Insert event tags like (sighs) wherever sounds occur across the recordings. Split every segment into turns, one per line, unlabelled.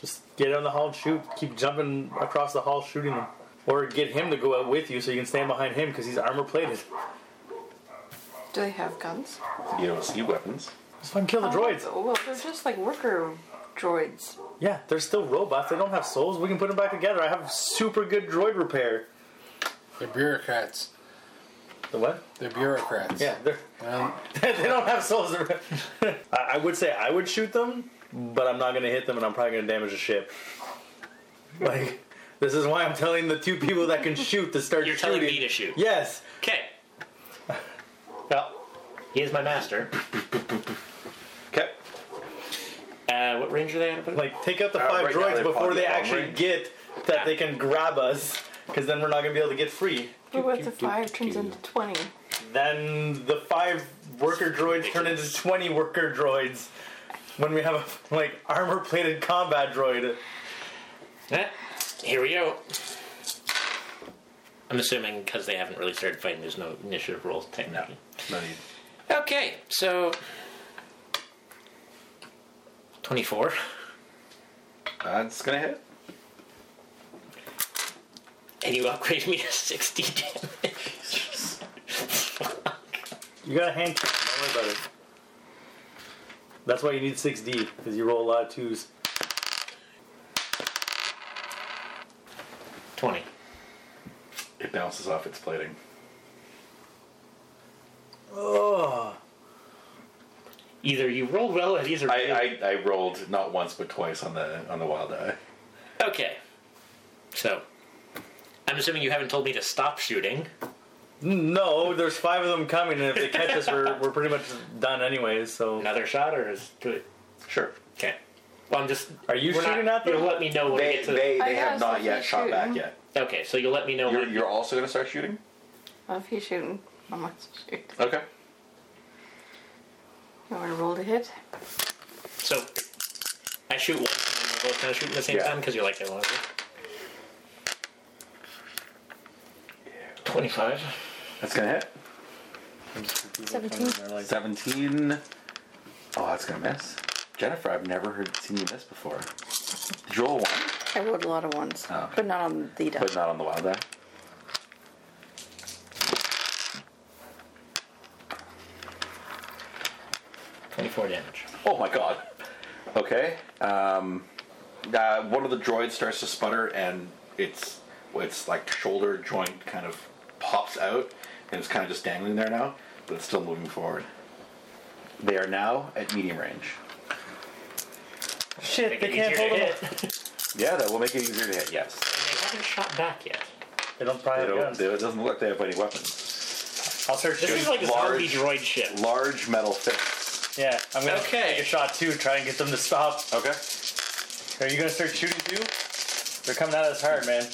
Just get down the hall and shoot. Keep jumping across the hall, shooting him, or get him to go out with you so you can stand behind him because he's armor plated.
Do they have guns?
You don't see weapons.
Just fucking
Oh,
Oh.
kill the droids.
Well, they're just like worker droids.
Yeah, they're still robots. They don't have souls. We can put them back together. I have super good droid repair.
They're bureaucrats.
The what?
They're bureaucrats.
Yeah, they're, (laughs)
Um,
they don't have souls. (laughs) I, I would say I would shoot them, but I'm not gonna hit them, and I'm probably gonna damage the ship. Like. This is why I'm telling the two people that can shoot to start
You're
shooting.
telling me to shoot.
Yes.
Okay.
Yeah.
He is my master.
Okay.
Uh, what range are they at? Like,
Like, take out the
Uh,
five
right now
droids
they're
before
probably
they
at long
actually
range.
get that they can grab us, because then we're not gonna be able to get free.
But what if the five turns into twenty?
Then the five worker droids turn into twenty worker droids when we have a like armor plated combat droid.
eh, here we go. I'm assuming because they haven't really started fighting, there's no initiative rolls technically.
No need.
Okay, so. 24.
That's gonna hit.
And you upgrade me to 60 damage.
You got a hand. Don't worry about it. That's why you need six D, because you roll a lot of twos.
20.
It bounces off its plating.
Oh,
Either you roll well at either.
I, I, I rolled not once but twice on the on the wild eye.
okay. So. I'm assuming you haven't told me to stop shooting.
no! There's five of them coming, and if they catch us, we're we're pretty much done anyways. So
Another shot, or is do it?
Sure.
Okay. Well, I'm just.
Are you
we're not-
shooting at them?
You'll let me know when we
They
get to.
they,
I
they have
guess
not
if
yet
he's
shot back
shooting.
yet.
the okay, so you'll let me know.
You're
When,
you're also gonna start shooting.
What if he's shooting? I must shoot.
Okay.
You want to roll to hit?
so I shoot once, and then we're both kind of shooting at the same
Yeah.
time because you're like that one. Twenty-five.
That's gonna hit.
Seventeen.
Seventeen. Oh, that's gonna miss. Jennifer, I've never heard seen you miss before. Did you roll one?
I rolled a lot of ones,
Oh, okay.
but not on the die.
But not on the wild eye.
Twenty-four damage.
Oh my god. Okay. Um, uh, one of the droids starts to sputter, and its its like shoulder joint kind of pops out, and it's kind of just dangling there now, but it's still moving forward. They are now at medium range.
shit,
Make
they
it
can't
easier
hold
to
them.
hit.
Yeah, that will make it easier to hit. Yes.
They haven't shot back yet.
They don't probably
They
have
don't,
guns.
they, it doesn't look like they have any weapons.
I'll start
This
shooting.
is like a zombie
large-
droid ship.
Large metal fists.
Yeah, I'm gonna
Okay.
take a shot too, try and get them to stop.
Okay.
Are you gonna start shooting too? They're coming at us hard, man.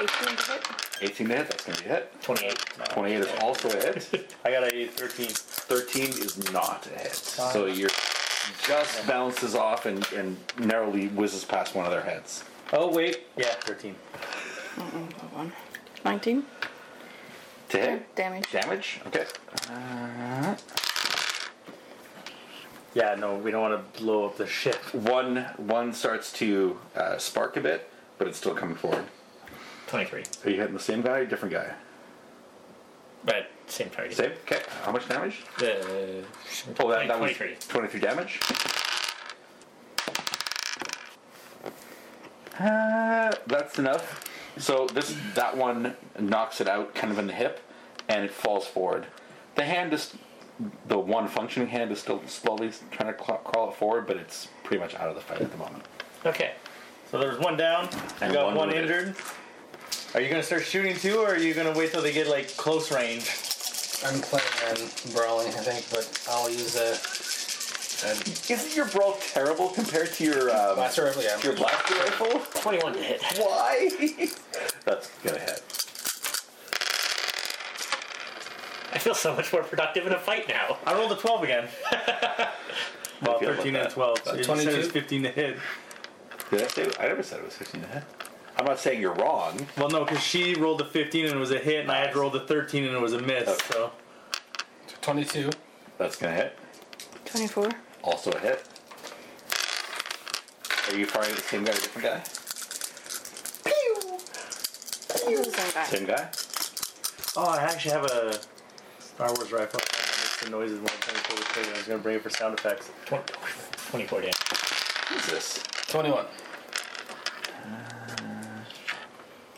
Eighteen to hit.
18 to hit. That's going to be a hit.
Twenty-eight.
28 is also a hit.
I got a 13.
13 is not a hit. So you're just bounces off and, and narrowly whizzes past one of their heads.
Oh, wait. Yeah, 13.
That one. Nineteen
To hit?
damage.
Damage? Okay.
Yeah, no, we don't want to blow up the ship.
One one starts to uh, spark a bit, but it's still coming forward.
Twenty-three.
Are you hitting the same guy or different guy?
But same target.
Same? Okay. How much damage?
Uh,
Oh, that, that was
23.
23 damage. Uh, that's enough. So this that one knocks it out kind of in the hip, and it falls forward. The hand is the one functioning hand is still slowly trying to cla- crawl it forward, but it's pretty much out of the fight at the moment.
okay.
So there's one down. You
And
got
one
one
wounded.
injured. Are you gonna start shooting too, or are you gonna wait till they get like close range?
I'm planning on brawling, I think, but I'll use a, a
Isn't your brawl terrible compared to your um,
blaster rifle. Yeah,
your blaster rifle?
21 to hit. (laughs)
Why? (laughs) That's gonna hit.
I feel so much more productive in a fight now.
I rolled a 12
(laughs)
again. well,
feel about
13 and
that?
12. So you said it was
22?
15 to hit.
Did I say? I never said it was fifteen to hit. I'm not saying you're wrong.
Well, no, because she rolled a 15 and it was a hit, and I had rolled a 13 and it was a miss.
Okay.
So
22.
That's gonna hit.
24.
Also a hit. Are you firing at the same guy or a different guy? Same guy.
Oh, I actually have a Star Wars rifle. It makes the noises when I turn it forward, too, and I was going to bring it for sound effects.
20, 24 damage.
Who's this?
21.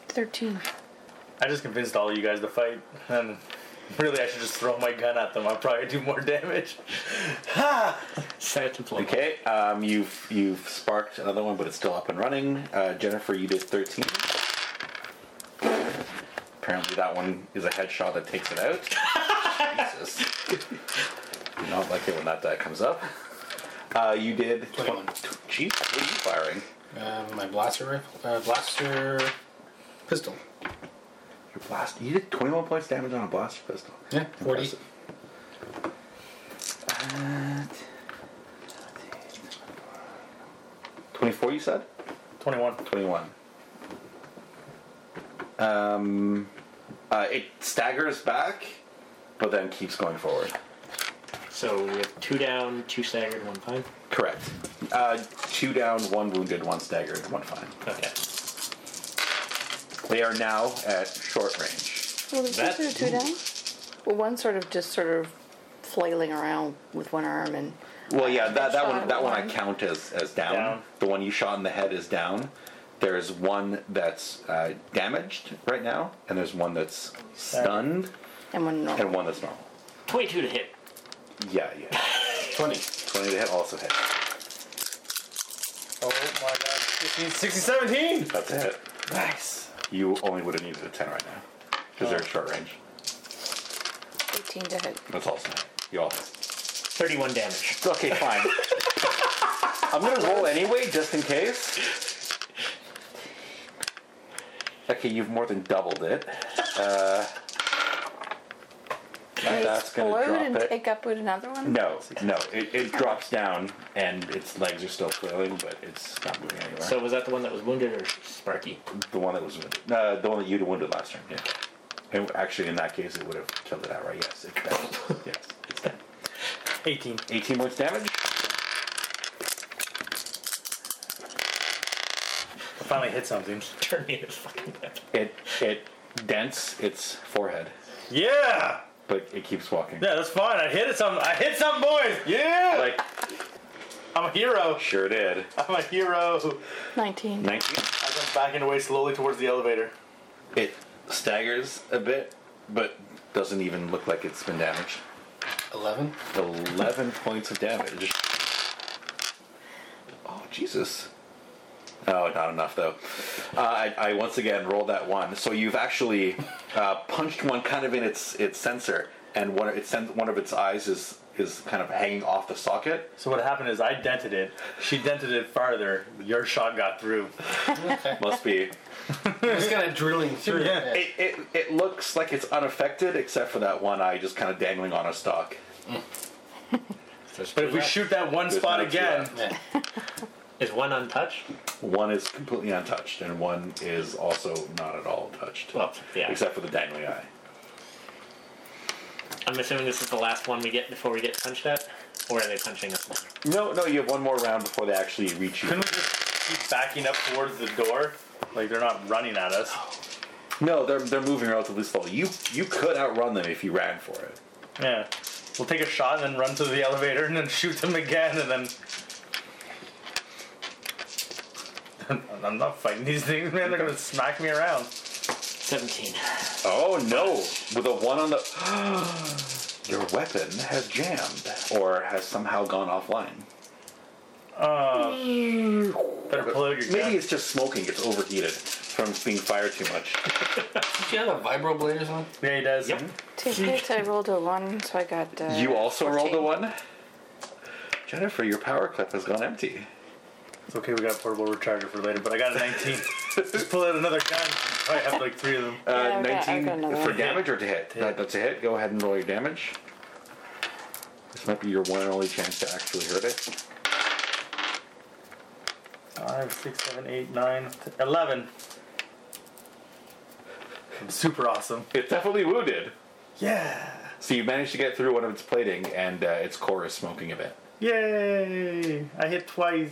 13.
I just convinced all you guys to fight, and really, I should just throw my gun at them. I'll probably do more (laughs) damage.
Set it to blow.
Okay. Um, you've you've sparked another one, but it's still up and running. Uh, Jennifer, you did thirteen. Apparently, that one is a headshot that takes it out. Jesus. Do not like it when that die comes up. Uh, you did.
Twenty-one.
Jeez, what are you firing?
Uh, my blaster rifle. Uh, blaster pistol.
Your blast. You did 21 points damage on a blaster pistol.
Yeah, 40.
Impressive. Twenty-four, you said.
21.
Twenty-one. Um, uh, it staggers back, but then keeps going forward.
So we have two down, two staggered, one pine.
Correct. Uh, two down, one wounded, one staggered, one fine.
Okay.
They are now at short range.
Well, there's
That-
two, two down. Well, one sort of just sort of flailing around with one arm and
Well, yeah, that, that one
Shot
that one I
one.
count as as down.
Down.
The one you shot in the head is down. There's one that's uh, damaged right now, and there's one that's stunned,
and one normal.
and one that's normal.
22 to hit.
Yeah, yeah.
20.
(laughs) Twenty to hit also hit.
Oh my god. 15, 16, 17!
That's a hit.
Nice.
You only would have needed a ten right now because they're short range.
18 to hit.
That's also a hit. you all.
31 damage.
Okay, fine. (laughs) I'm gonna roll anyway, just in case. Okay, you've more than doubled it. Uh, that's gonna
Explode
drop
and
it.
take up with another one?
No, no, it, it drops down and its legs are still flailing, but it's not moving anywhere.
So was that the one that was wounded or Sparky?
the one that was wounded, uh, the one that you wounded last turn, yeah. And actually, in that case, it would have killed it outright. Yes, it's dead. yes, it's dead.
18.
18 points damage.
I finally hit (laughs) something.
Turn me into
(laughs)
fucking weapon.
It it dents its forehead,
Yeah!
but it keeps walking.
Yeah, that's fine. I hit it something. I hit something, boys! Yeah!
Like
I'm a hero.
sure did.
I'm a hero.
19.
19.
I come backing away slowly towards the elevator.
It staggers a bit, but doesn't even look like it's been damaged.
11.
11 points of damage. Oh, Jesus. Oh, not enough, though. Uh, I, I once again rolled that one. So you've actually uh, punched one kind of in its its sensor, and one, it sends, one of its eyes is, is kind of hanging off the socket.
So what happened is I dented it. She dented it farther. Your shot got through.
Must be.
Just kind of drilling through.
Yeah.
(laughs) Yeah.
It, it, it looks like it's unaffected, except for that one eye just kind of dangling on a stalk.
But if we shoot that one spot
no
again,
shot.
Yeah.
Is one untouched?
One is completely untouched, and one is also not at all touched.
Well, yeah.
Except for the dangling eye.
I'm assuming this is the last one we get before we get punched at? Or are they punching us now?
No, no, you have one more round before they actually reach you.
couldn't we just keep backing up towards the door? Like they're not running at us.
No, they're they're moving relatively slowly. You you could outrun them if you ran for it.
Yeah. We'll take a shot and then run to the elevator and then (laughs) shoot them again and then. (laughs) I'm not fighting these things, man. They're gonna smack me around.
17.
Oh no! With a one on the (gasps) Your weapon has jammed or has somehow gone offline.
Uh, Better pull out your gun.
Maybe it's just smoking, it's overheated from being fired too much.
Do you have a vibro blade or something?
Yeah, he does.
Yep.
Two hits. I rolled a one, so I got. Uh,
You also
14.
rolled a one. Jennifer, your power clip has gone empty.
It's okay, we got a portable recharger for later, but I got a (laughs) 19. Just pull out another gun. I have like three of them.
Uh,
Yeah, I've got- I've
19
got another
for
one.
damage or to hit? That, that's a hit. Go ahead and roll your damage. This might be your one and only chance to actually hurt it.
Five, six, seven, eight, nine, t- 11. I'm super awesome.
It's definitely wounded.
Yeah.
So you managed to get through one of its plating, and uh, its core is smoking a bit.
Yay. I hit twice.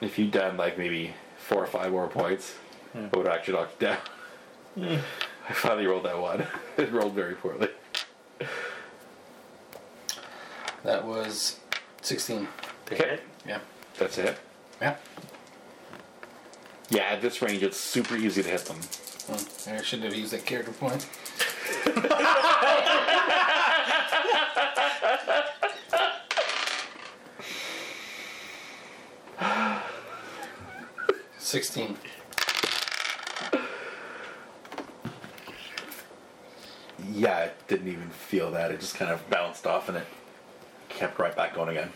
If you'd done like maybe four or five more points, it would have actually knocked it down. (laughs) I finally rolled that one. (laughs) it rolled very poorly.
That was 16.
Okay,
Yeah.
that's it.
Yeah.
Yeah, at this range, it's super easy to hit them.
Well, I should have used that character point. Sixteen.
Yeah, it didn't even feel that. It just kind of bounced off and it kept right back going again.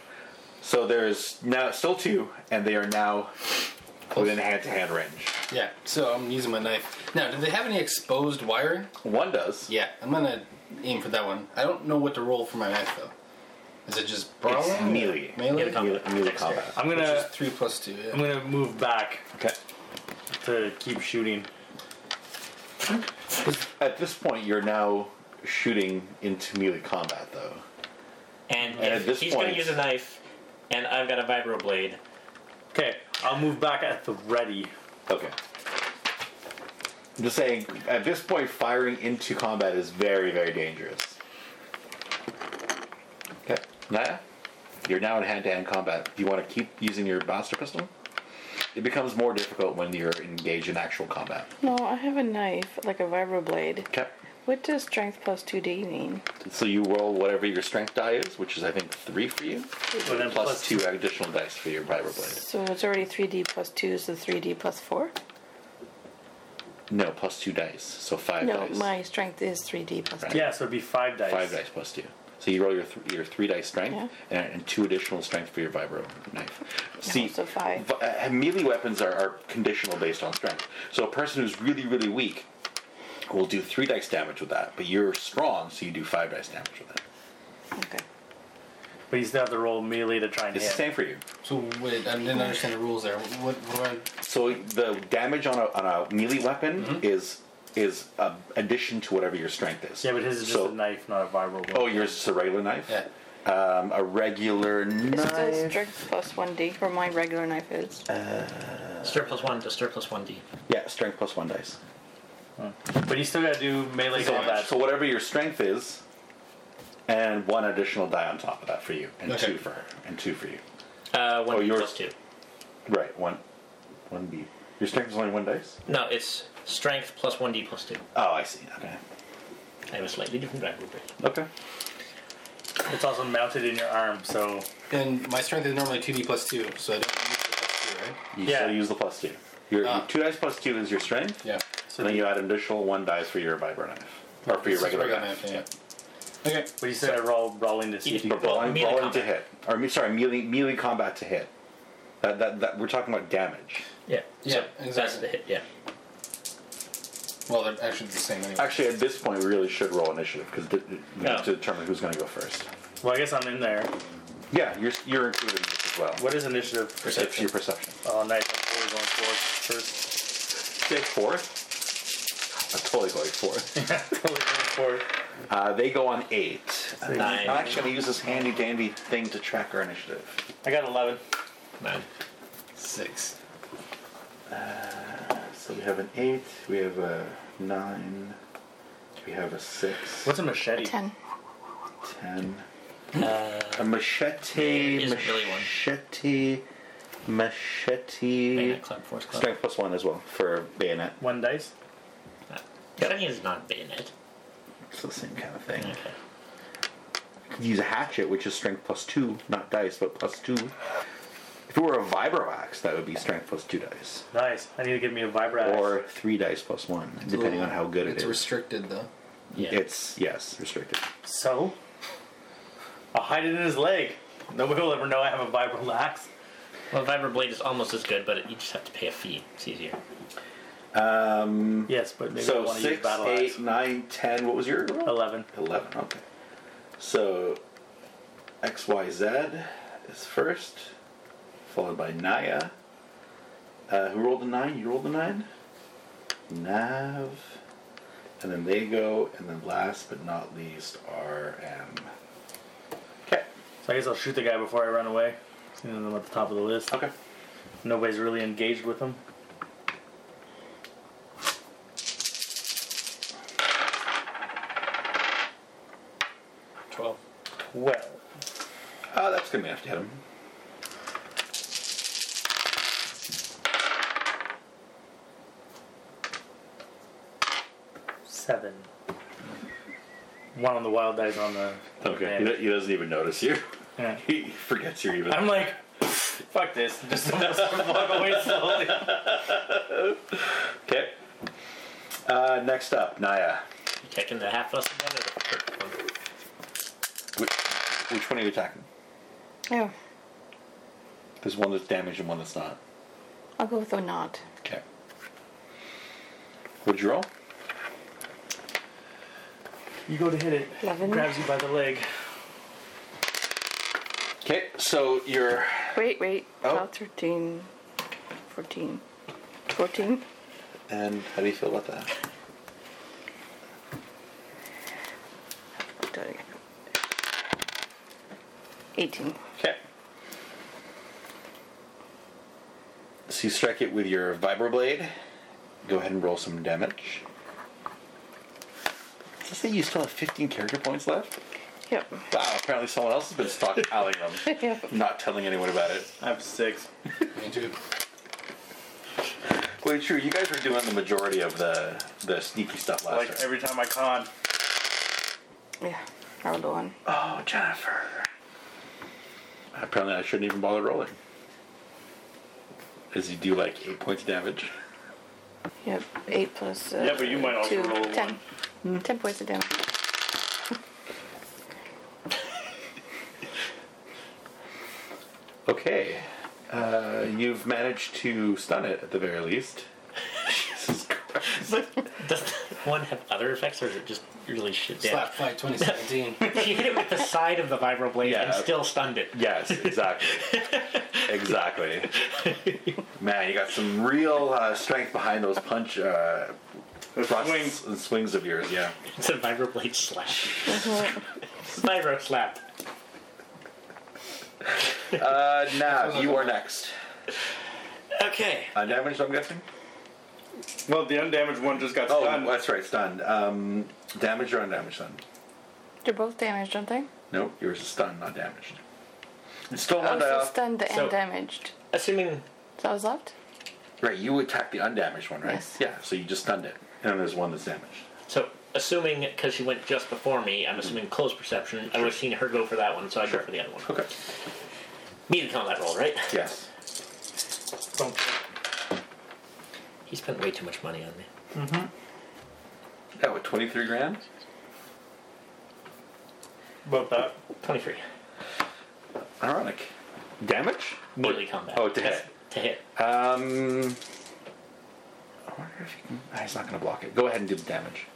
So there's now still two, and they are now within hand to hand range.
Yeah. So I'm using my knife now. Do they have any exposed wiring?
One does.
Yeah. I'm gonna aim for that one. I don't know what to roll for my knife though. Is it just brawling?
It's melee.
Melee.
Melee melee combat.
I'm
Which is
gonna
three plus two. Yeah.
Uh, I'm gonna move back
Okay.
to keep shooting.
At this point, you're now shooting into melee combat, though.
And,
And
if
at this
he's
point-
gonna use a knife, and I've got a vibroblade.
Okay, I'll move back at the ready.
Okay. I'm just saying, at this point, firing into combat is very, very dangerous. Okay, Naya, you're now in hand-to-hand combat. Do you want to keep using your blaster pistol? It becomes more difficult when you're engaged in actual combat.
No, I have a knife, like a vibroblade.
Okay.
What does strength plus 2d mean?
So you roll whatever your strength die is, which is I think three for you,
But then
plus, plus two additional dice for your vibroblade.
So it's already 3d plus 2, so 3d plus 4?
No, plus two dice, so five
No,
dice.
my strength is 3d plus 2.
Right.
Yeah, so it'd be five dice.
Five dice plus two. So you roll your th- your three dice strength and, and two additional strength for your vibro knife. See,
so five.
vi- uh, melee weapons are, are conditional based on strength. So a person who's really really weak will do three dice damage with that, but you're strong, so you do five dice damage with that.
Okay.
But you still have to roll melee to try and
It's the
hit.
same for you.
So wait, I didn't understand the rules there. What, what do I?
So the damage on a, on a melee weapon
Mm-hmm.
is is a addition to whatever your strength is.
Yeah, but his is just
So-
a knife, not a vibro.
Oh, yours is a regular knife.
Yeah.
Um, a regular
It's still
knife.
strength plus 1d, where my regular knife is.
Uh,
Stir plus one to stir plus one D.
Yeah, strength plus one dice. Oh.
But you still gotta do melee
So,
combat.
so whatever your strength is, and one additional die on top of that for you, and
Okay.
two for her, and two for you.
Uh, one
Oh, yours-
plus two.
Right, one, one B. Your strength is only one dice.
No, it's strength plus one D plus two.
Oh, I see. Okay.
I have a slightly different vibroblade.
Okay.
It's also mounted in your arm, so
And my strength is normally two D plus two, so I don't use the plus two, right?
You
Yeah.
still use the plus two. Your
Uh.
Ah.
two dice plus two is your strength,
Yeah.
and then you add an additional one dice for your vibro knife, or for your
It's
regular
regular
knife.
knife, yeah. Okay.
but you still gotta roll brawling to see if you
But
Well,
rolling,
melee
rolling to
combat.
hit, or me- sorry, melee, melee combat to hit. That, that, that we're talking about damage.
Yeah.
Yeah,
so That's
exactly.
the hit. Yeah.
Well, they're actually the same anyway.
Actually, at this point, we really should roll initiative because we
Yeah.
need to determine who's going to go first.
Well, I guess I'm in there.
Yeah, you're, you're included in this as well.
What is initiative?
It's your perception.
Oh, nice. I'm totally going for first.
Take fourth. I'm totally going (laughs) fourth.
Totally going for
Uh, they go on eight.
Nine.
I'm actually going to use this handy dandy thing to track our initiative.
I got 11.
Nine.
Six.
So we have an eight, we have a nine, we have a six,
What's a machete?
10.
ten. a machete,
Uh, It isn't really one.
machete, machete.
Bayonet club. Force club.
Strength plus one as well for bayonet.
One dice?
Uh, Cutting is not bayonet.
It's the same kind of thing.
Okay.
use a hatchet, which is strength plus two, not dice, but plus two. If it were a vibro axe, that would be strength plus two dice,
Nice. I need to give me a vibra.
or three dice plus one, depending on how good it
it's
is.
restricted though.
Yeah.
It's yes, restricted.
So? I'll hide it in his leg. Nobody will ever know I have a vibro axe.
Well, Vibroblade is almost as good, but it, you just have to pay a fee. It's easier.
Um,
Yes, but maybe I
so
want to use
6,
battle
eight,
axe.
nine, 10. What was your
Oh,
roll?
11.
11, okay. So, XYZ is first, followed by Naya. Uh, who rolled a 9? You rolled a 9? Nav. And then they go, and then last but not least, RM. Okay.
So I guess I'll shoot the guy before I run away. Seeing I'm at the top of the list.
Okay.
Nobody's really engaged with him.
Twelve.
Well,
Uh, that's going to have to hit him.
seven. One on the wild dice on the.
Okay. He, he doesn't even notice you. (laughs)
Yeah.
He forgets you're even.
I'm like, (sighs) fuck this. (laughs) Just walk away slowly.
Okay. Uh, next up, Naya.
You taking the half lesson one or the first one?
Which one are you attacking?
Yeah,
There's one that's damaged and one that's not.
I'll go with the not.
Okay. What'd you roll?
You go to hit it.
Eleven.
Grabs you by the leg.
Okay, so you're.
Wait, wait.
Oh.
Not 13. 14. 14?
And how do you feel about that?
Did it- 18.
Okay. So you strike it with your vibroblade. Go ahead and roll some damage. Does it say you still have 15 character points left?
Yep. (laughs)
Wow, apparently someone else has been stockpiling them, (laughs)
Yep.
not telling anyone about it.
I have six.
Me too.
Well, true, you guys were doing the majority of the, the sneaky stuff last
Like
time.
every time I con.
Yeah. I rolled a one.
Oh, Jennifer. Apparently, I shouldn't even bother rolling. As you do like eight points of damage.
Yep. Eight plus. Uh,
Yeah, but you might also
two.
roll a
Ten. Ten points of damage.
Okay. Uh, you've managed to stun it at the very least. (laughs) Jesus Christ.
Does (laughs) one have other effects, or is it just really shit damage?
Slap fight (laughs) 2017.
(laughs) you hit it with the side of the Vibroblade
Yeah.
and still stunned it.
Yes, exactly. exactly. Man, you got some real uh, strength behind those punch uh, thrusts and swings of yours, yeah.
It's a Vibroblade slap. (laughs) Vibro slap.
Uh, Nav, you are next.
Okay.
Undamaged, I'm guessing?
Well, the undamaged one just got
Oh,
stunned.
that's right, stunned. Um, damage or undamaged then?
They're both damaged, aren't they?
Nope, yours is stunned, not damaged. It's still
I
one
was
die
still
off.
Oh, stunned and
So-
damaged.
Assuming
So I was left?
Right, you attacked the undamaged one, right?
Yes.
Yeah, so you just stunned it. And there's one that's damaged.
so, assuming because she went just before me, I'm assuming close perception. I would have seen her go for that one, so I would go for the other one.
Mm-hmm. Okay.
Me to combat roll, right?
Yes.
He spent way too much money on me.
Yeah, what, 23 grand?
About that.
Twenty-three.
Ironic. Damage?
Melee combat.
oh, to hit.
To hit. Uh,
Um. I wonder if he can. ah, He's not going to block it. Go ahead and do the damage.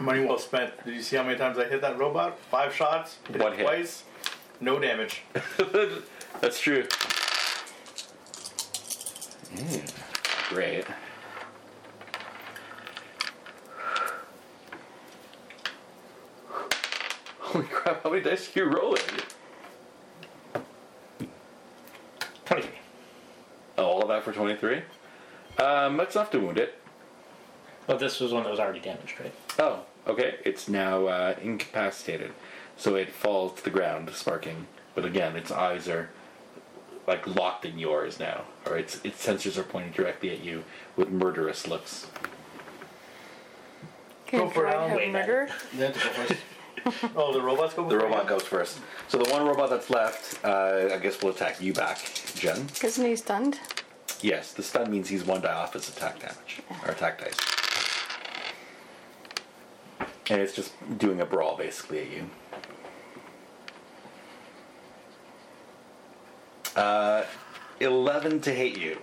Money well spent. Did you see how many times I hit that robot? Five shots. Hit
One
it
hit.
twice. No damage.
(laughs) That's true. great. (laughs) Holy crap, how many dice are you rolling?
Twenty-three.
Oh, all of that for 23? Um, that's enough to wound it.
Well, this was one that was already damaged, right?
Oh, okay. It's now uh, incapacitated. So it falls to the ground, sparking. But again, its eyes are like locked in yours now, or its its sensors are pointing directly at you with murderous looks.
Can,
for
can I
it, I'll
have
wait, man.
murder?
You have to go first.
Oh, the robots go
The
before
robot
you?
goes first. So the one robot that's left, uh, I guess, will attack you back, Jen.
Isn't he stunned?
Yes, the stun means he's one die off his attack damage or attack dice.
and it's just doing a brawl basically at you.
Uh, Eleven to hit you.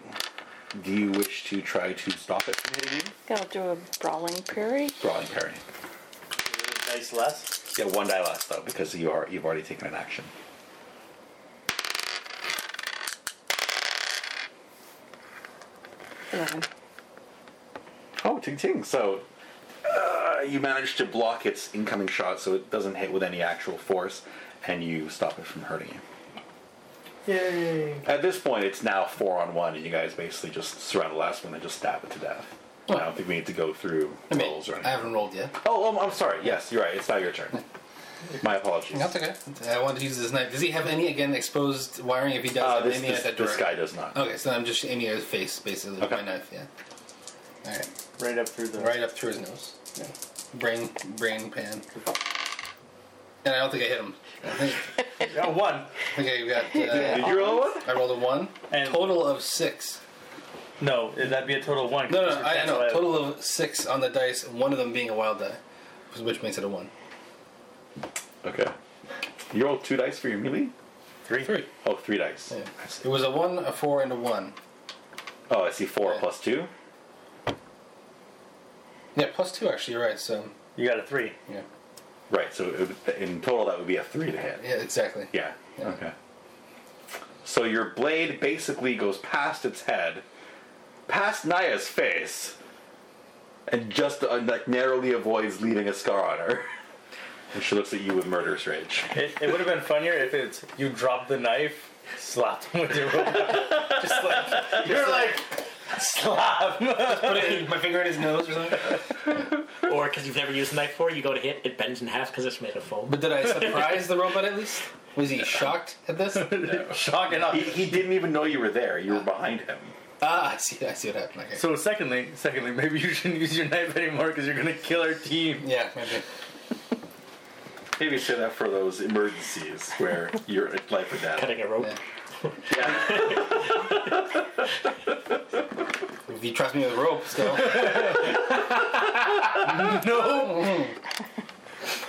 Do you wish to try to stop it from hitting you?
I'll do a brawling parry.
Brawling parry.
Nice less.
Yeah, one die less though, because you are you've already taken an action.
Eleven.
Oh, ting ting. So uh, you manage to block its incoming shot, so it doesn't hit with any actual force, and you stop it from hurting you.
Yay.
At this point, it's now four on one, and you guys basically just surround the last one and just stab it to death. I don't think we need to go through
I mean,
rolls or
I
anything.
haven't rolled yet.
Oh, um, I'm sorry. Yes, you're right. It's now your turn. My apologies.
That's okay. I wanted to use this knife. Does he have any again exposed wiring? If he does,
Uh,
I'm
this,
aiming
this,
at that
this
direction.
guy does not.
Okay, so I'm just aiming at his face basically with
Okay.
my knife. Yeah. All right,
Right up through the.
right up through his nose. Yeah. Brain, brain pan. And I don't think I hit him. I think,
Oh, one.
I think I
(laughs)
got. Uh,
Did you roll one?
I rolled a one.
And-
total of six.
No, that'd be a total of one.
No, no,
Just
I I
cancel
know.
out.
Total of six on the dice. One of them being a wild die, which makes it a one.
Okay. You rolled two dice for your melee?
Three. Three.
Oh, three dice.
Yeah.
I see.
It was a one, a four, and a one.
Oh, I see four
Yeah.
plus two.
Yeah, plus two actually. You're right. So
You got a three.
yeah,
Right, so it would, in total that would be a three to hit.
yeah, exactly.
Yeah.
Yeah.
Okay. So your blade basically goes past its head, past Naya's face, and just uh, like narrowly avoids leaving a scar on her. (laughs) and she looks at you with murderous rage.
It, it would have been funnier if it's you dropped the knife, slapped him with your robot.
(laughs)
just like you're like slap.
Put it- my finger in his nose or something.
Or because you've never used a knife before, you go to hit, it bends in half because it's made of foam.
But did I surprise the robot at least? Was he shocked at
(laughs)
this?
Shock enough.
He, he didn't even know you were there. You were behind him.
Ah, I see. I see what happened. Okay.
So secondly, secondly, maybe you shouldn't use your knife anymore because you're gonna kill our team.
yeah, maybe.
Maybe say that for those emergencies where you're at life or death.
Cutting a rope.
Yeah.
Yeah.
If you trust me with a rope, still.
(laughs)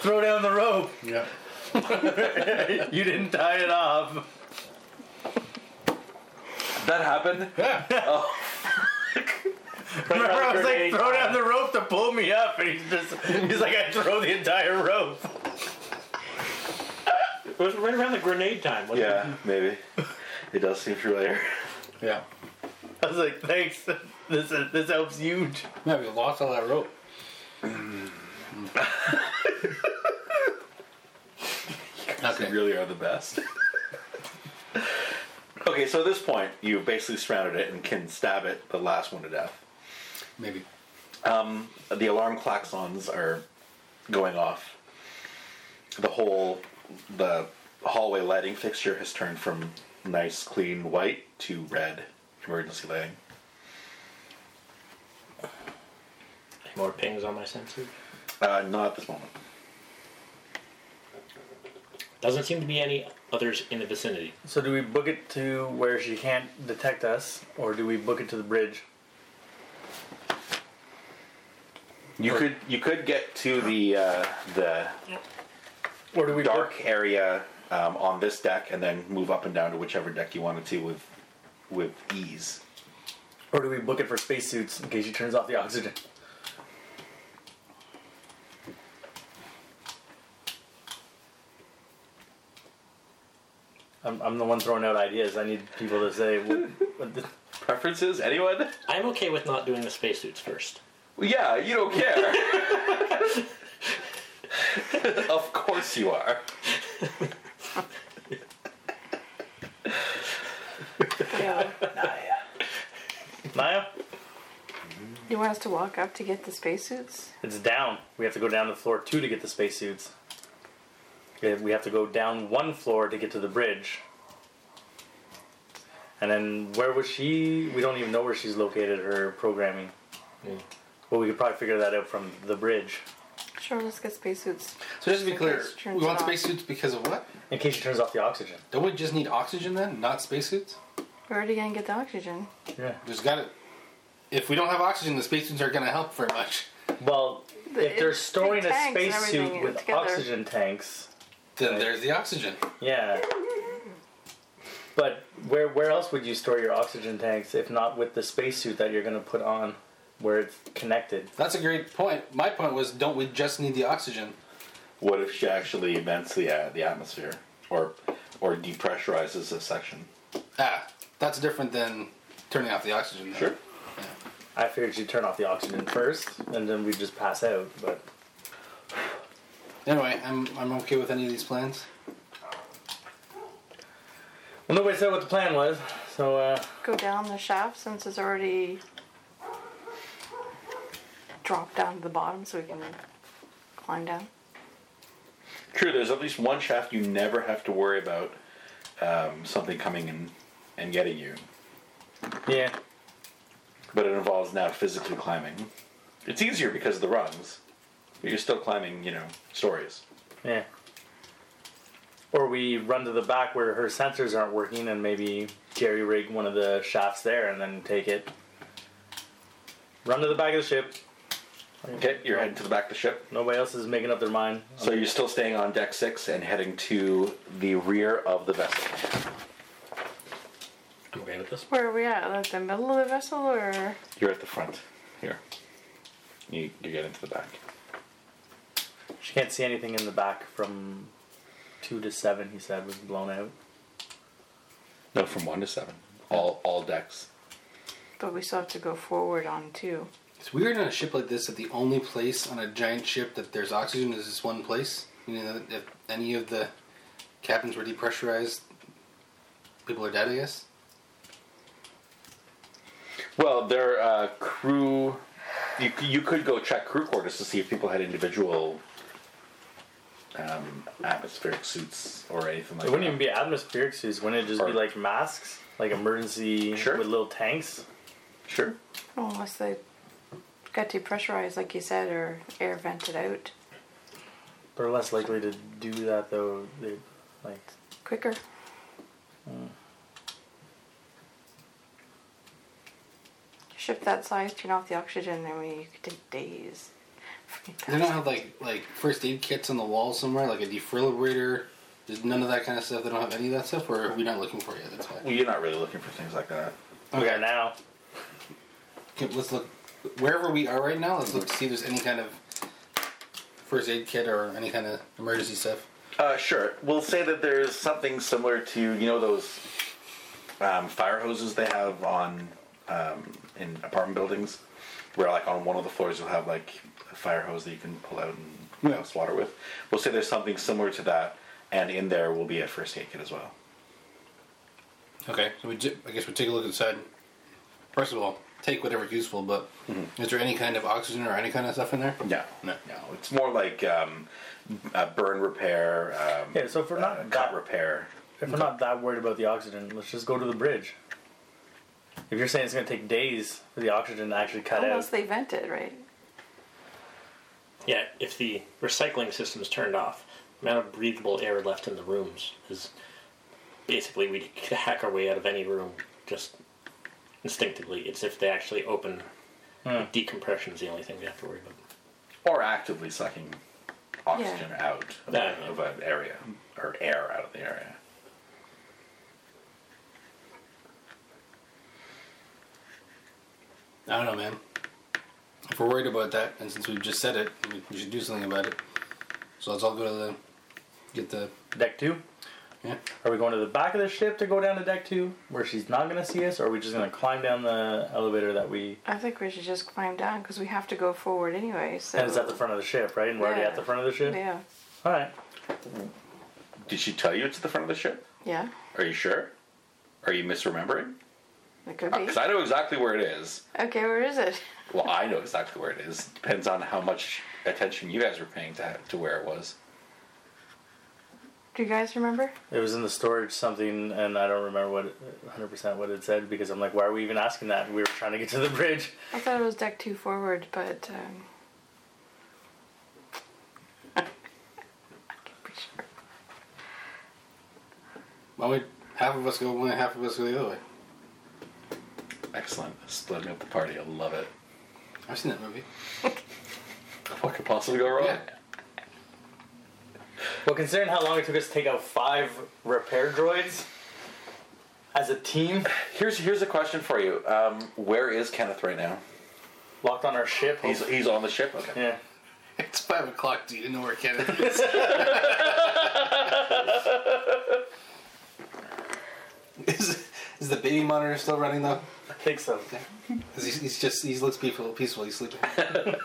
Throw down the rope.
yeah.
You didn't tie it off.
that happened.
Yeah.
(laughs) Remember, I was like,
grenade.
throw down the rope to pull me up, and he's just he's like, I throw the entire rope.
It was right around the grenade time. Wasn't it?
Yeah, maybe. It does seem familiar.
Yeah.
I was like, thanks. This this helps huge.
No, we lost all that rope.
They
okay.
really are the best. (laughs) okay, so at this point, you've basically surrounded it and can stab it, the last one to death.
Maybe.
The alarm klaxons are going off. The whole the hallway lighting fixture has turned from nice, clean white to red emergency lighting.
More pings on my sensor.
Uh, not at this moment.
Doesn't seem to be any others in the vicinity.
So do we book it to where she can't detect us, or do we book it to the bridge?
You could you could get to the uh, the
Or do we
dark
Book,
area um, on this deck and then move up and down to whichever deck you wanted to with with ease.
or do we book it for spacesuits in case she turns off the oxygen? I'm, I'm the one throwing out ideas. I need people to say. What, what the,
Preferences? Anyone?
I'm okay with not doing the spacesuits first.
Well, yeah, you don't (laughs) care. of course you are.
Yeah.
Maya,
you want us to walk up to get the spacesuits?
it's down. We have to go down to floor two to get the spacesuits. Yeah, We have to go down one floor to get to the bridge. And then where was she? We don't even know where she's located her programming. Well, we could probably figure that out from the bridge.
Sure, let's get spacesuits.
So just to be clear,
Just turns
we want
it off.
spacesuits because of what?
In case she turns off the oxygen.
Don't we just need oxygen then, not spacesuits?
We're already gonna get the oxygen.
Yeah.
There's got to. If we don't have oxygen, the spacesuits aren't going to help very much. (laughs)
Well,
the,
if they're
it's
storing
big
a
tanks and
spacesuit
everything
with
together.
oxygen tanks,
Then there's the oxygen.
yeah. But where where else would you store your oxygen tanks if not with the spacesuit that you're gonna put on, where it's connected?
That's a great point. My point was, don't we just need the oxygen?
What if she actually vents the uh, the atmosphere, or or depressurizes a section?
Ah, that's different than turning off the oxygen. Though.
I figured you'd turn off the oxygen first, and then we'd just pass out. But
Anyway, I'm, I'm okay with any of these plans.
well, nobody said what the plan was, so uh,
Go down the shaft since it's already dropped down to the bottom so we can climb down.
True. There's at least one shaft you never have to worry about um, something coming in and getting you,
yeah.
but it involves now physically climbing. It's easier because of the rungs, but you're still climbing, you know, stories.
Yeah. Or we run to the back where her sensors aren't working and maybe jerry rig one of the shafts there and then take it. Run to the back of the ship.
Okay, you're heading to the back of the ship.
Nobody else is making up their mind.
So you're still staying on deck six and heading to the rear of the vessel.
I'm okay with this.
Where are we at? Like the middle of the vessel or
You're at the front. Here. You, you get into the back.
She can't see anything in the back from two to seven, he said, was blown out.
No, from one to seven. All all decks.
but we still have to go forward on two.
It's weird on a ship like this that the only place on a giant ship that there's oxygen is this one place. You know, if any of the cabins were depressurized, people are dead, I guess.
Well, their uh, crew. You, c- you could go check crew quarters to see if people had individual um, atmospheric suits or anything like
It
that.
wouldn't even be atmospheric suits, wouldn't it just
Or-
be like masks? Like emergency
Sure.
with little tanks?
Sure.
Oh, Unless they got depressurized, like you said, or air vented out
They're less likely to do that though. They like
quicker.
Hmm.
Ship that size, turn off the oxygen, I mean, you could take days. (laughs)
They don't have like like first aid kits on the wall somewhere, like a defibrillator. There's none of that kind of stuff. They don't have any of that stuff, or are we not looking for it yet? That's why.
Well, you're not really looking for things like that.
right now.
Okay, let's look wherever we are right now. Let's look to see if there's any kind of first aid kit or any kind of emergency stuff.
Uh, sure. We'll say that there's something similar to you know those um, fire hoses they have on um, in apartment buildings, where like on one of the floors you'll have like a fire hose that you can pull out and you know, water with. We'll say there's something similar to that, and in there will be a first aid kit as well.
Okay, so we ju- I guess we take a look inside. First of all, take whatever's useful, but is there any kind of oxygen or any kind of stuff in there?
No,
No.
no. It's more like um, uh, burn repair, um,
Yeah, so if we're not
uh,
that
cut repair.
If we're not that worried about the oxygen, let's just go to the bridge. If you're saying it's going to take days for the oxygen to actually cut
Unless
out,
they vented, right?
Yeah, if the recycling system's turned off, the amount of breathable air left in the rooms is basically we could (laughs) hack our way out of any room just instinctively. It's if they actually open. Hmm. Decompression's the only thing we have to worry about.
or actively sucking oxygen out of,
Yeah.
of an area or air out of the area.
I don't know, man. If we're worried about that, and since we've just said it, we- we should do something about it. So let's all go to the get the
deck two.
yeah.
Are we going to the back of the ship to go down to deck two, where she's not going to see us, or are we just going to climb down the elevator that we?
I think we should just climb down because we have to go forward anyway. So
And it's at the front of the ship, right? And we're already
Yeah.
at the front of the ship.
Yeah,
All right.
Did she tell you it's at the front of the ship?
yeah,
Are you sure? Are you misremembering?
it could be.
Oh,
Because I know exactly where it is.
Okay, where is it?
Well, I know exactly where it is. Depends on how much attention you guys were paying to, to where it was.
Do you guys remember?
It was in the storage something, and I don't remember what 100 percent what it said because I'm like, why are we even asking that? We were trying to get to the (laughs) bridge.
I thought it was deck two forward, but um, I can't be sure.
Why would half of us go one way, half of us go the other way?
Excellent. Splitting up the party. I love it.
I've seen that movie.
Fucking possibly go wrong?
Yeah. (laughs)
Well, considering how long it took us to take out five repair droids as a team,
Here's here's a question for you. Um, where is Kenneth right now?
locked on our ship.
He's he's on the ship. Okay.
Oh. yeah.
It's five o'clock. Do you know where Kenneth is? is? Is the baby monitor still running though?
I think so.
'Cause He's, he's just he looks peaceful. Peaceful. He's sleeping.
Alright,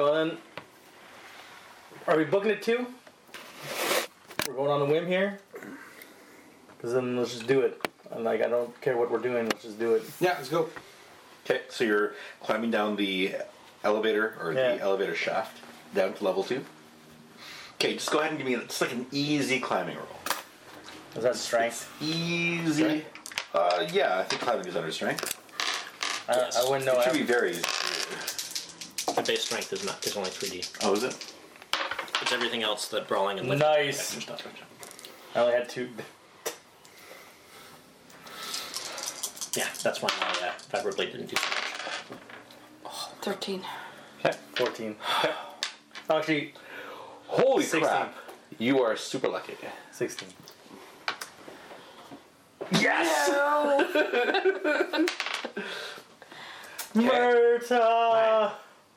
well then. Are we booking it too? We're going on a whim here? Because then let's just do it. And like, I don't care what we're doing, let's just do it.
(laughs) Yeah, let's go.
Okay. So you're climbing down the elevator or
Yeah.
the elevator shaft down to level two. Okay, just go ahead and give me it's like an easy climbing roll.
Is that strength?
Easy. Uh, yeah, I think climbing is under strength.
I, Uh, I wouldn't know.
it should
I-
be very easy.
The base strength is not. There's only 3D.
Oh, is it?
It's everything else that brawling and lifting.
nice.
Stuff.
I only had two. (laughs)
Yeah, that's why my uh, vibroblade didn't do so much.
13.
(sighs)
14. Oh, Actually,
Holy
16.
crap! You are super lucky.
16.
(laughs) Yes.
Murta!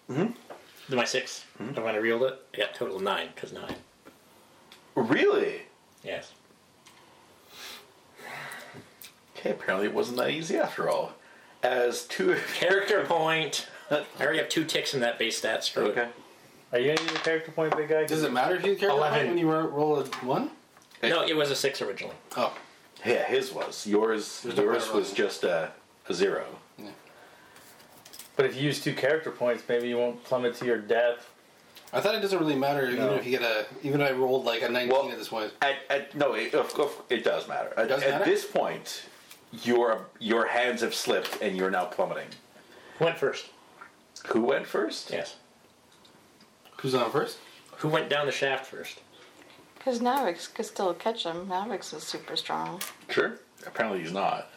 Did my 6 And when I reeled it, I got Hmm? total of nine because nine.
Really?
Yes.
Okay. Apparently, it wasn't that easy after all. As two of
Character point. I already have two ticks in that base stat. Screw it.
Okay.
Are you gonna use a character point, big guy?
Does it matter if you care
Eleven.
when you ro- roll a one?
No, it was a six originally.
Oh,
Yeah, his was. Yours
no
yours
better
was
one.
just a, a zero.
yeah.
But if you use two character points, maybe you won't plummet to your death.
I thought it doesn't really matter even
No.
if you get a even if I rolled like a nineteen
Well-
at this point.
At, at, no, it, of, of, it does matter. At,
Does
at
matter?
this point, your your hands have slipped and you're now plummeting.
Who went first?
Who went first?
Yes.
Who's on first?
Who went down the shaft first?
Because Navix could still catch him. Navix is super strong.
Sure. Apparently, he's not.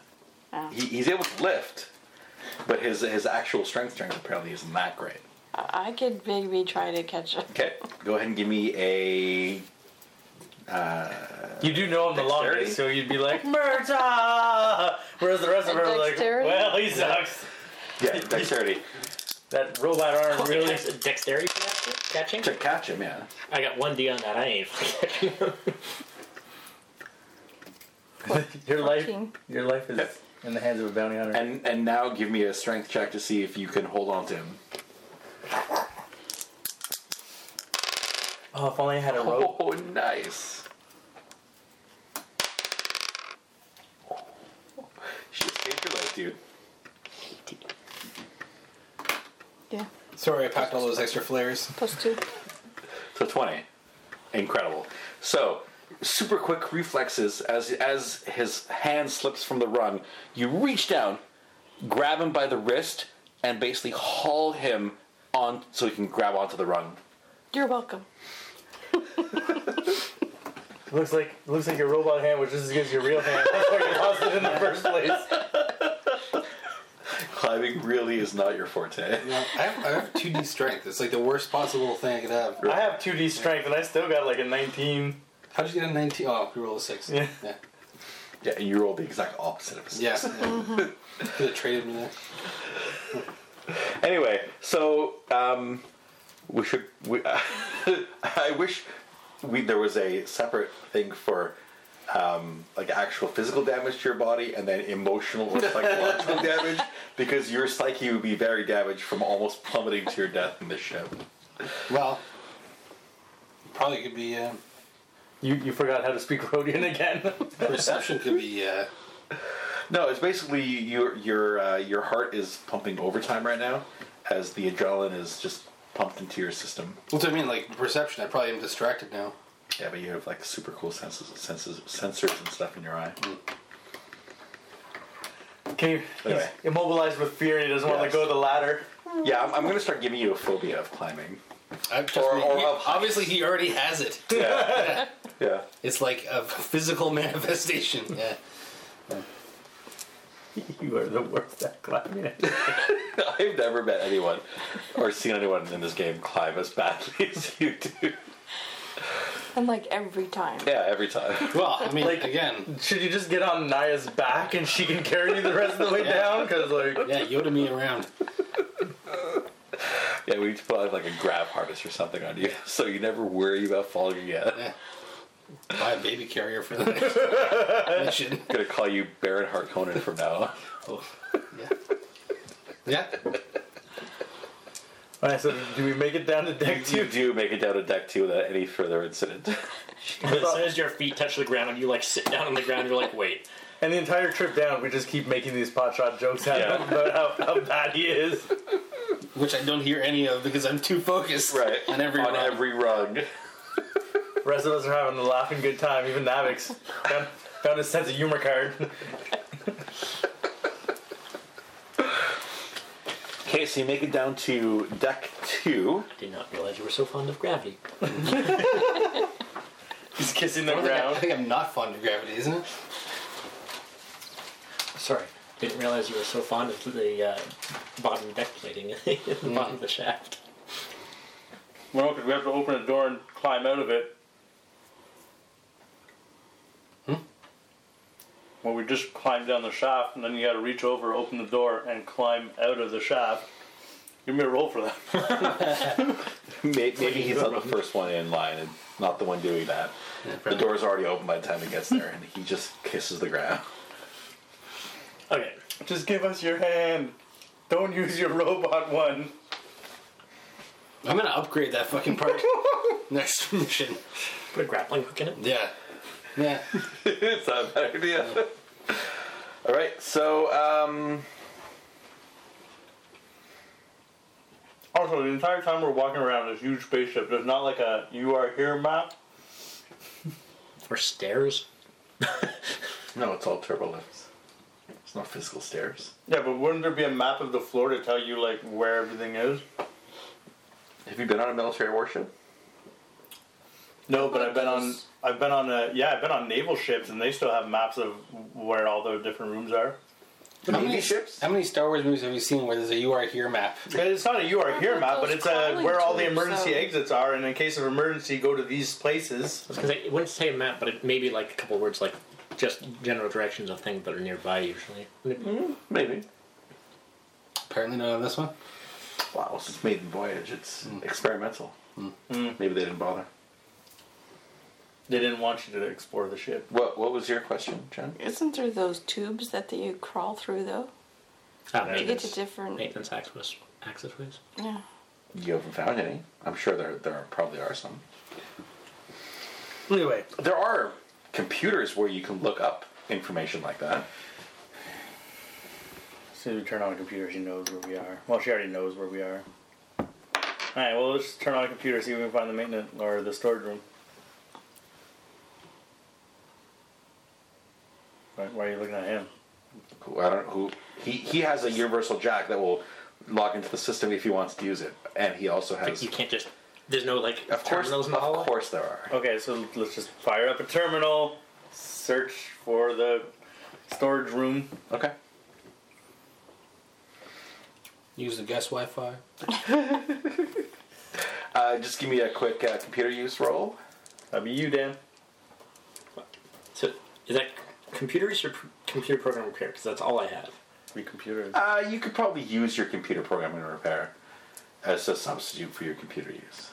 Oh.
He, he's able to lift, but his his actual strength strength apparently isn't that great.
I I could maybe try to catch him.
Okay, go ahead and give me a
You do know him the
Dexterity?
longest, so you'd be
(laughs)
like, Murta! Whereas the rest of
And
her are like,
dexterity?
(laughs) well, he sucks.
(laughs) yeah dexterity
That robot arm
(laughs)
really. (laughs)
Dex- Dexterity for that? Catching?
to catch him. Yeah,
I got one D on that. I ain't catching.
(laughs)
Your life,
Fourteen.
your life is in the hands of a bounty hunter.
and and now give me a strength check to see if you can hold on to him.
oh, if only I had a rope.
Oh, nice. She saved your life, dude.
Yeah.
Sorry, I packed all those extra flares.
Plus two.
So 20. Incredible. So, super quick reflexes as as his hand slips from the run, you reach down, grab him by the wrist, and basically haul him on so he can grab onto the run.
You're welcome.
Looks like looks like your robot hand was just as good as your real hand. (laughs) That's why you lost it in the first place.
Climbing really is not your forte.
I have, I have 2D strength. It's like the worst possible thing I could have.
I have 2D strength and I still got like a 19.
How'd you get a 19? Oh, you rolled a 6.
Yeah.
Yeah.
Yeah, and you roll the exact opposite of his.
yeah. (laughs) Could have traded me there.
Anyway, so um, we should. We, (laughs) I wish we there was a separate thing for um, like actual physical damage to your body and then emotional or psychological (laughs) damage because your psyche would be very damaged from almost plummeting to your death in this ship.
Well, probably could be. Uh,
You, you forgot how to speak (laughs) Rhodian again.
perception could be. Uh,
No, it's basically your your uh, your heart is pumping overtime right now as the adrenaline is just pumped into your system.
what do I mean? Like perception. I probably am distracted now.
Yeah, but you have like super cool senses, senses, sensors and stuff in your eye.
Can you, he's
Anyway.
immobilized with fear and he doesn't want
Yes.
to go the ladder.
Yeah, I'm, I'm gonna start giving you a phobia of climbing.
I, just,
Or- or
he-
of-
obviously, he already has it.
(laughs) Yeah.
(laughs) It's like a physical manifestation. Yeah.
(laughs) You are the worst at climbing.
I've never met anyone or seen anyone in this game climb as badly (laughs) as you do.
And like every time.
Yeah, every time.
Well, I mean, again,
(laughs)
(laughs)
Should you just get on Naya's back and she can carry you the rest (laughs) of the way down? Because like,
yeah, Yoda me around.
Yeah, we put on, like a grab harness or something on you, (laughs) so you never worry about falling again.
Yeah. Buy a baby carrier for the next
(laughs)
mission.
I'm gonna call you Baron Harkonnen from now (laughs) on.
Oh, yeah. Yeah.
all right. So do we make it down to deck
You
two?
do make it down to deck two without any further incident.
As soon as your feet touch the ground, you like sit down on the ground. You're like, wait,
(laughs) And the entire trip down, we just keep making these pot shot jokes at
Yeah.
him about how, how bad he is.
Which I don't hear any of because I'm too focused on every
on
run.
every rung.
rest of us are having a laughing good time. Even Navix found, found his sense of humor card. (laughs)
Okay, so you make it down to deck two.
I did not realize you were so fond of gravity.
He's kissing the
I think, I, I
ground.
think I'm not fond of gravity, isn't it?
Sorry, didn't realize you were so fond of the uh, bottom deck plating, (laughs) at
Mm-hmm.
the bottom of the shaft.
Well, because we have to open a door and climb out of it. Hmm? Well, we just climbed down the shaft, and then you got to reach over, open the door, and climb out of the shaft. Give me a roll for that.
Maybe, maybe he's not the first one in line and not the one doing that. The door's already open by the time he gets there, and he just kisses the ground. (laughs)
Okay,
(laughs) Just give us your hand. Don't use your robot one.
I'm gonna upgrade that fucking
(laughs)
part next mission.
put a grappling hook in it.
Yeah. Yeah.
it's not a bad idea. All right, so um,
Also, the entire time we're walking around this huge spaceship, there's not like a you are here map.
Or stairs.
no, it's all turbo lifts. It's not physical stairs.
Yeah, but wouldn't there be a map of the floor to tell you like where everything is?
Have you been on a military warship?
No, but I've been on I've been on a yeah I've been on naval ships and they still have maps of where all the different rooms are.
How many
ships?
How many Star Wars movies have you seen where there's a "You Are Here" map?
But it's not a you are here map, but it's a
Those
where all the
crawling
emergency
tubes, so-
exits are, and in case of emergency, go to these places.
I was gonna say it wouldn't say a map, but it may be like a couple words, like just general directions of things that are nearby usually.
Mm-hmm.
Maybe.
Apparently not on this one.
Wow, since it's maiden voyage, it's experimental. Hmm. Maybe they didn't bother.
They didn't want you to explore the ship.
What What was your question, Jen?
Isn't there those tubes that you crawl through though?
Ah,
You get to
maintenance,
different.
maintenance access access ways.
Yeah.
You haven't found any. I'm sure there there are, probably are some.
Anyway,
There are computers where you can look up information like that.
as soon as we turn on the computer, she knows where we are. Well, she already knows where we are. All right, well, let's just turn on the computer, see if we can find the maintenance or the storage room. Why, why are you looking at him?
Who, I don't who he he has a universal jack that will log into the system if he wants to use it, and he also has.
You can't just. There's no like
Of course,
terminals
of
in the hallway.
course there are.
Okay, so let's just fire up a terminal, search for the storage room.
Okay.
Use the guest Wi-Fi.
Uh, just give me a quick uh, computer use roll.
That'd be you, Dan.
So is that computers or pr- computer program repair? Because that's all I have.
Three computers.
Uh, you could probably use your computer programming and repair as a substitute for your computer use.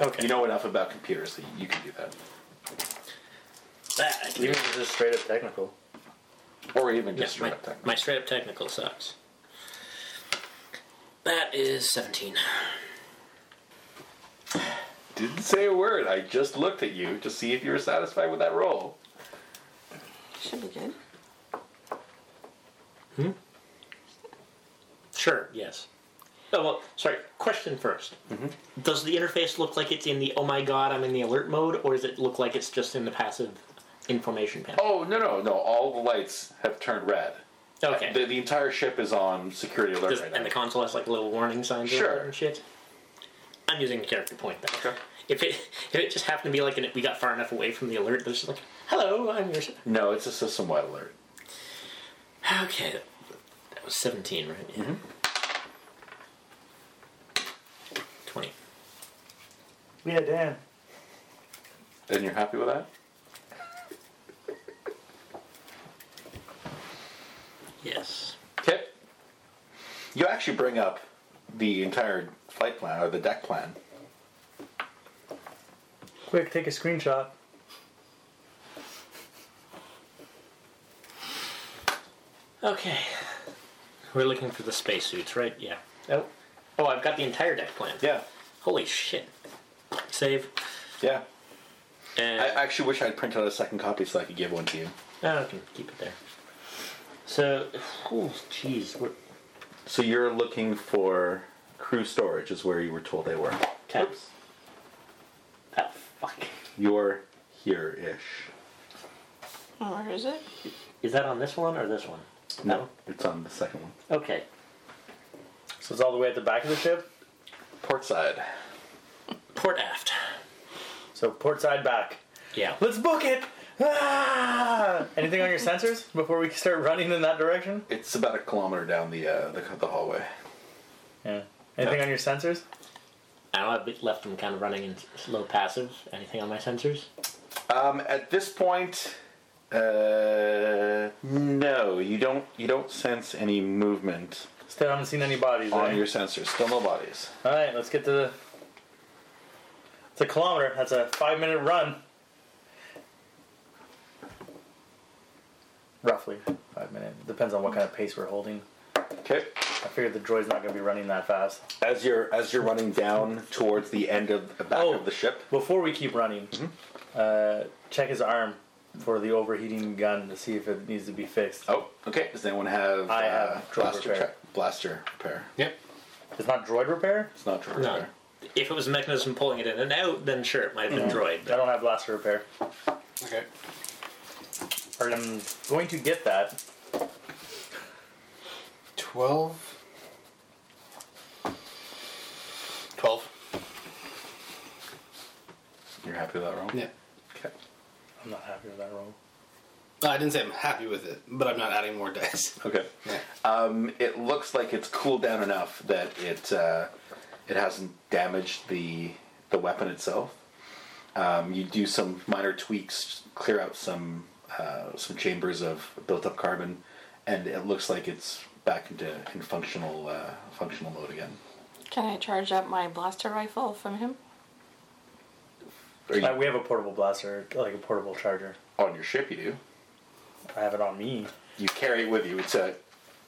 Okay.
You know enough about computers that you can do that,
that. I can do.
Even if it's just straight up technical.
or even
Yeah,
just
my,
straight up technical.
my straight up technical sucks. That is 17.
Didn't say a word. I just looked at you to see if you were satisfied with that roll.
Should be good.
Sure, yes. Oh, well, sorry. Question 1st
Mm-hmm.
Does the interface look like it's in the oh my god, I'm in the alert mode, or does it look like it's just in the passive information panel?
Oh no no no! All the lights have turned red.
Okay.
The, the entire ship is on security alert
Does-
right
and
now.
the console has like little warning signs or
Sure.
whatever and shit. I'm using a character point though.
Okay.
If it (laughs) if it just happened to be like an, we got far enough away from the alert, there's just like, hello, I'm your. s-"
no, it's a system-wide alert.
Okay, was 17, right? Yeah.
Mm-hmm.
20.
Yeah, damn.
And you're happy with that?
Yes.
Okay. You actually bring up the entire flight plan or the deck plan.
Quick, take a screenshot.
Okay. We're looking for the spacesuits, right? Yeah.
Oh,
Oh, I've got the entire deck plan.
Yeah.
Holy shit. Save.
Yeah.
And
I actually wish I'd printed out a second copy so I could give one to you.
No, I can keep it there. So, (sighs) oh, jeez, we're
So you're looking for crew storage, is where you were told they were.
taps. Oh fuck!
You're here ish.
Oh, where is it?
Is that on this one or this one? Oh,
No, it's on the second one.
Okay.
so it's all the way at the back of the ship.
Port side.
Port aft.
So port side back.
Yeah.
Let's book it. Ah! Anything on your sensors before we start running in that direction?
It's about a kilometer down the uh, the, the hallway.
Yeah. Anything on your sensors?
I know I've left them kind of running in slow passive. Anything on my sensors?
Um, at this point, uh, no, you don't. You don't sense any movement
Still haven't seen any bodies.
on
eh?
your sensors. Still no bodies.
All right, let's get to the. It's a kilometer. That's a five-minute run. Roughly five minute. Depends on what kind of pace we're holding.
Okay.
I figured the droid's not going to be running that fast.
As you're as you're running down towards the end of the back
Oh.
of the ship.
Before we keep running, uh, check his arm for the overheating gun to see if it needs to be fixed.
Oh, okay. Does anyone have? uh,
I have drone
blaster
repair.
check- blaster repair.
Yep.
It's not droid repair.
It's not drone
No.
repair.
If it was a mechanism pulling it in and out, then sure, it might have been droid.
I don't have blaster repair.
Okay.
Or I'm going to get that.
12. 12.
You're happy with that roll?
Yeah.
Okay.
I'm not happy with that roll.
No, I didn't say I'm happy with it, but I'm not adding more dice.
Okay.
Yeah.
Um, it looks like it's cooled down enough that it uh, it hasn't damaged the the weapon itself. Um, you do some minor tweaks, clear out some uh, some chambers of built up carbon, and it looks like it's back into in functional uh, functional mode again.
Can I charge up my blaster rifle from him?
Are you
Uh, we have a portable blaster, like a portable charger.
on your ship? You do.
I have it on me.
You carry it with you. It's a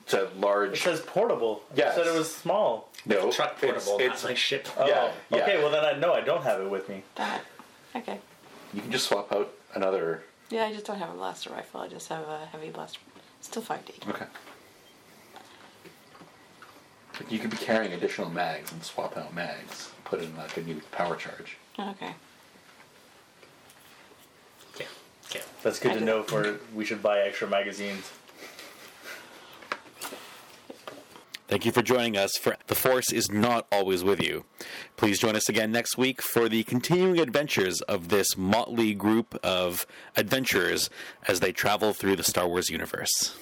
it's a
It
large.
says portable.
Yes.
I said it was small.
No,
Truck
it's,
portable,
it's
not like ship.
Oh,
Yeah, yeah.
okay. Well, then I no, I don't have it with me.
Damn it. Okay.
you can just swap out another.
Yeah, I just don't have a blaster rifle. I just have a heavy blaster. Still 5D.
Okay. You could be carrying additional mags and swap out mags, put in like a new power charge.
Okay.
Okay. Okay.
That's good
I
to
just-
know for we should buy extra magazines.
Thank you for joining us for The Force is Not Always With You. Please join us again next week for the continuing adventures of this motley group of adventurers as they travel through the Star Wars universe.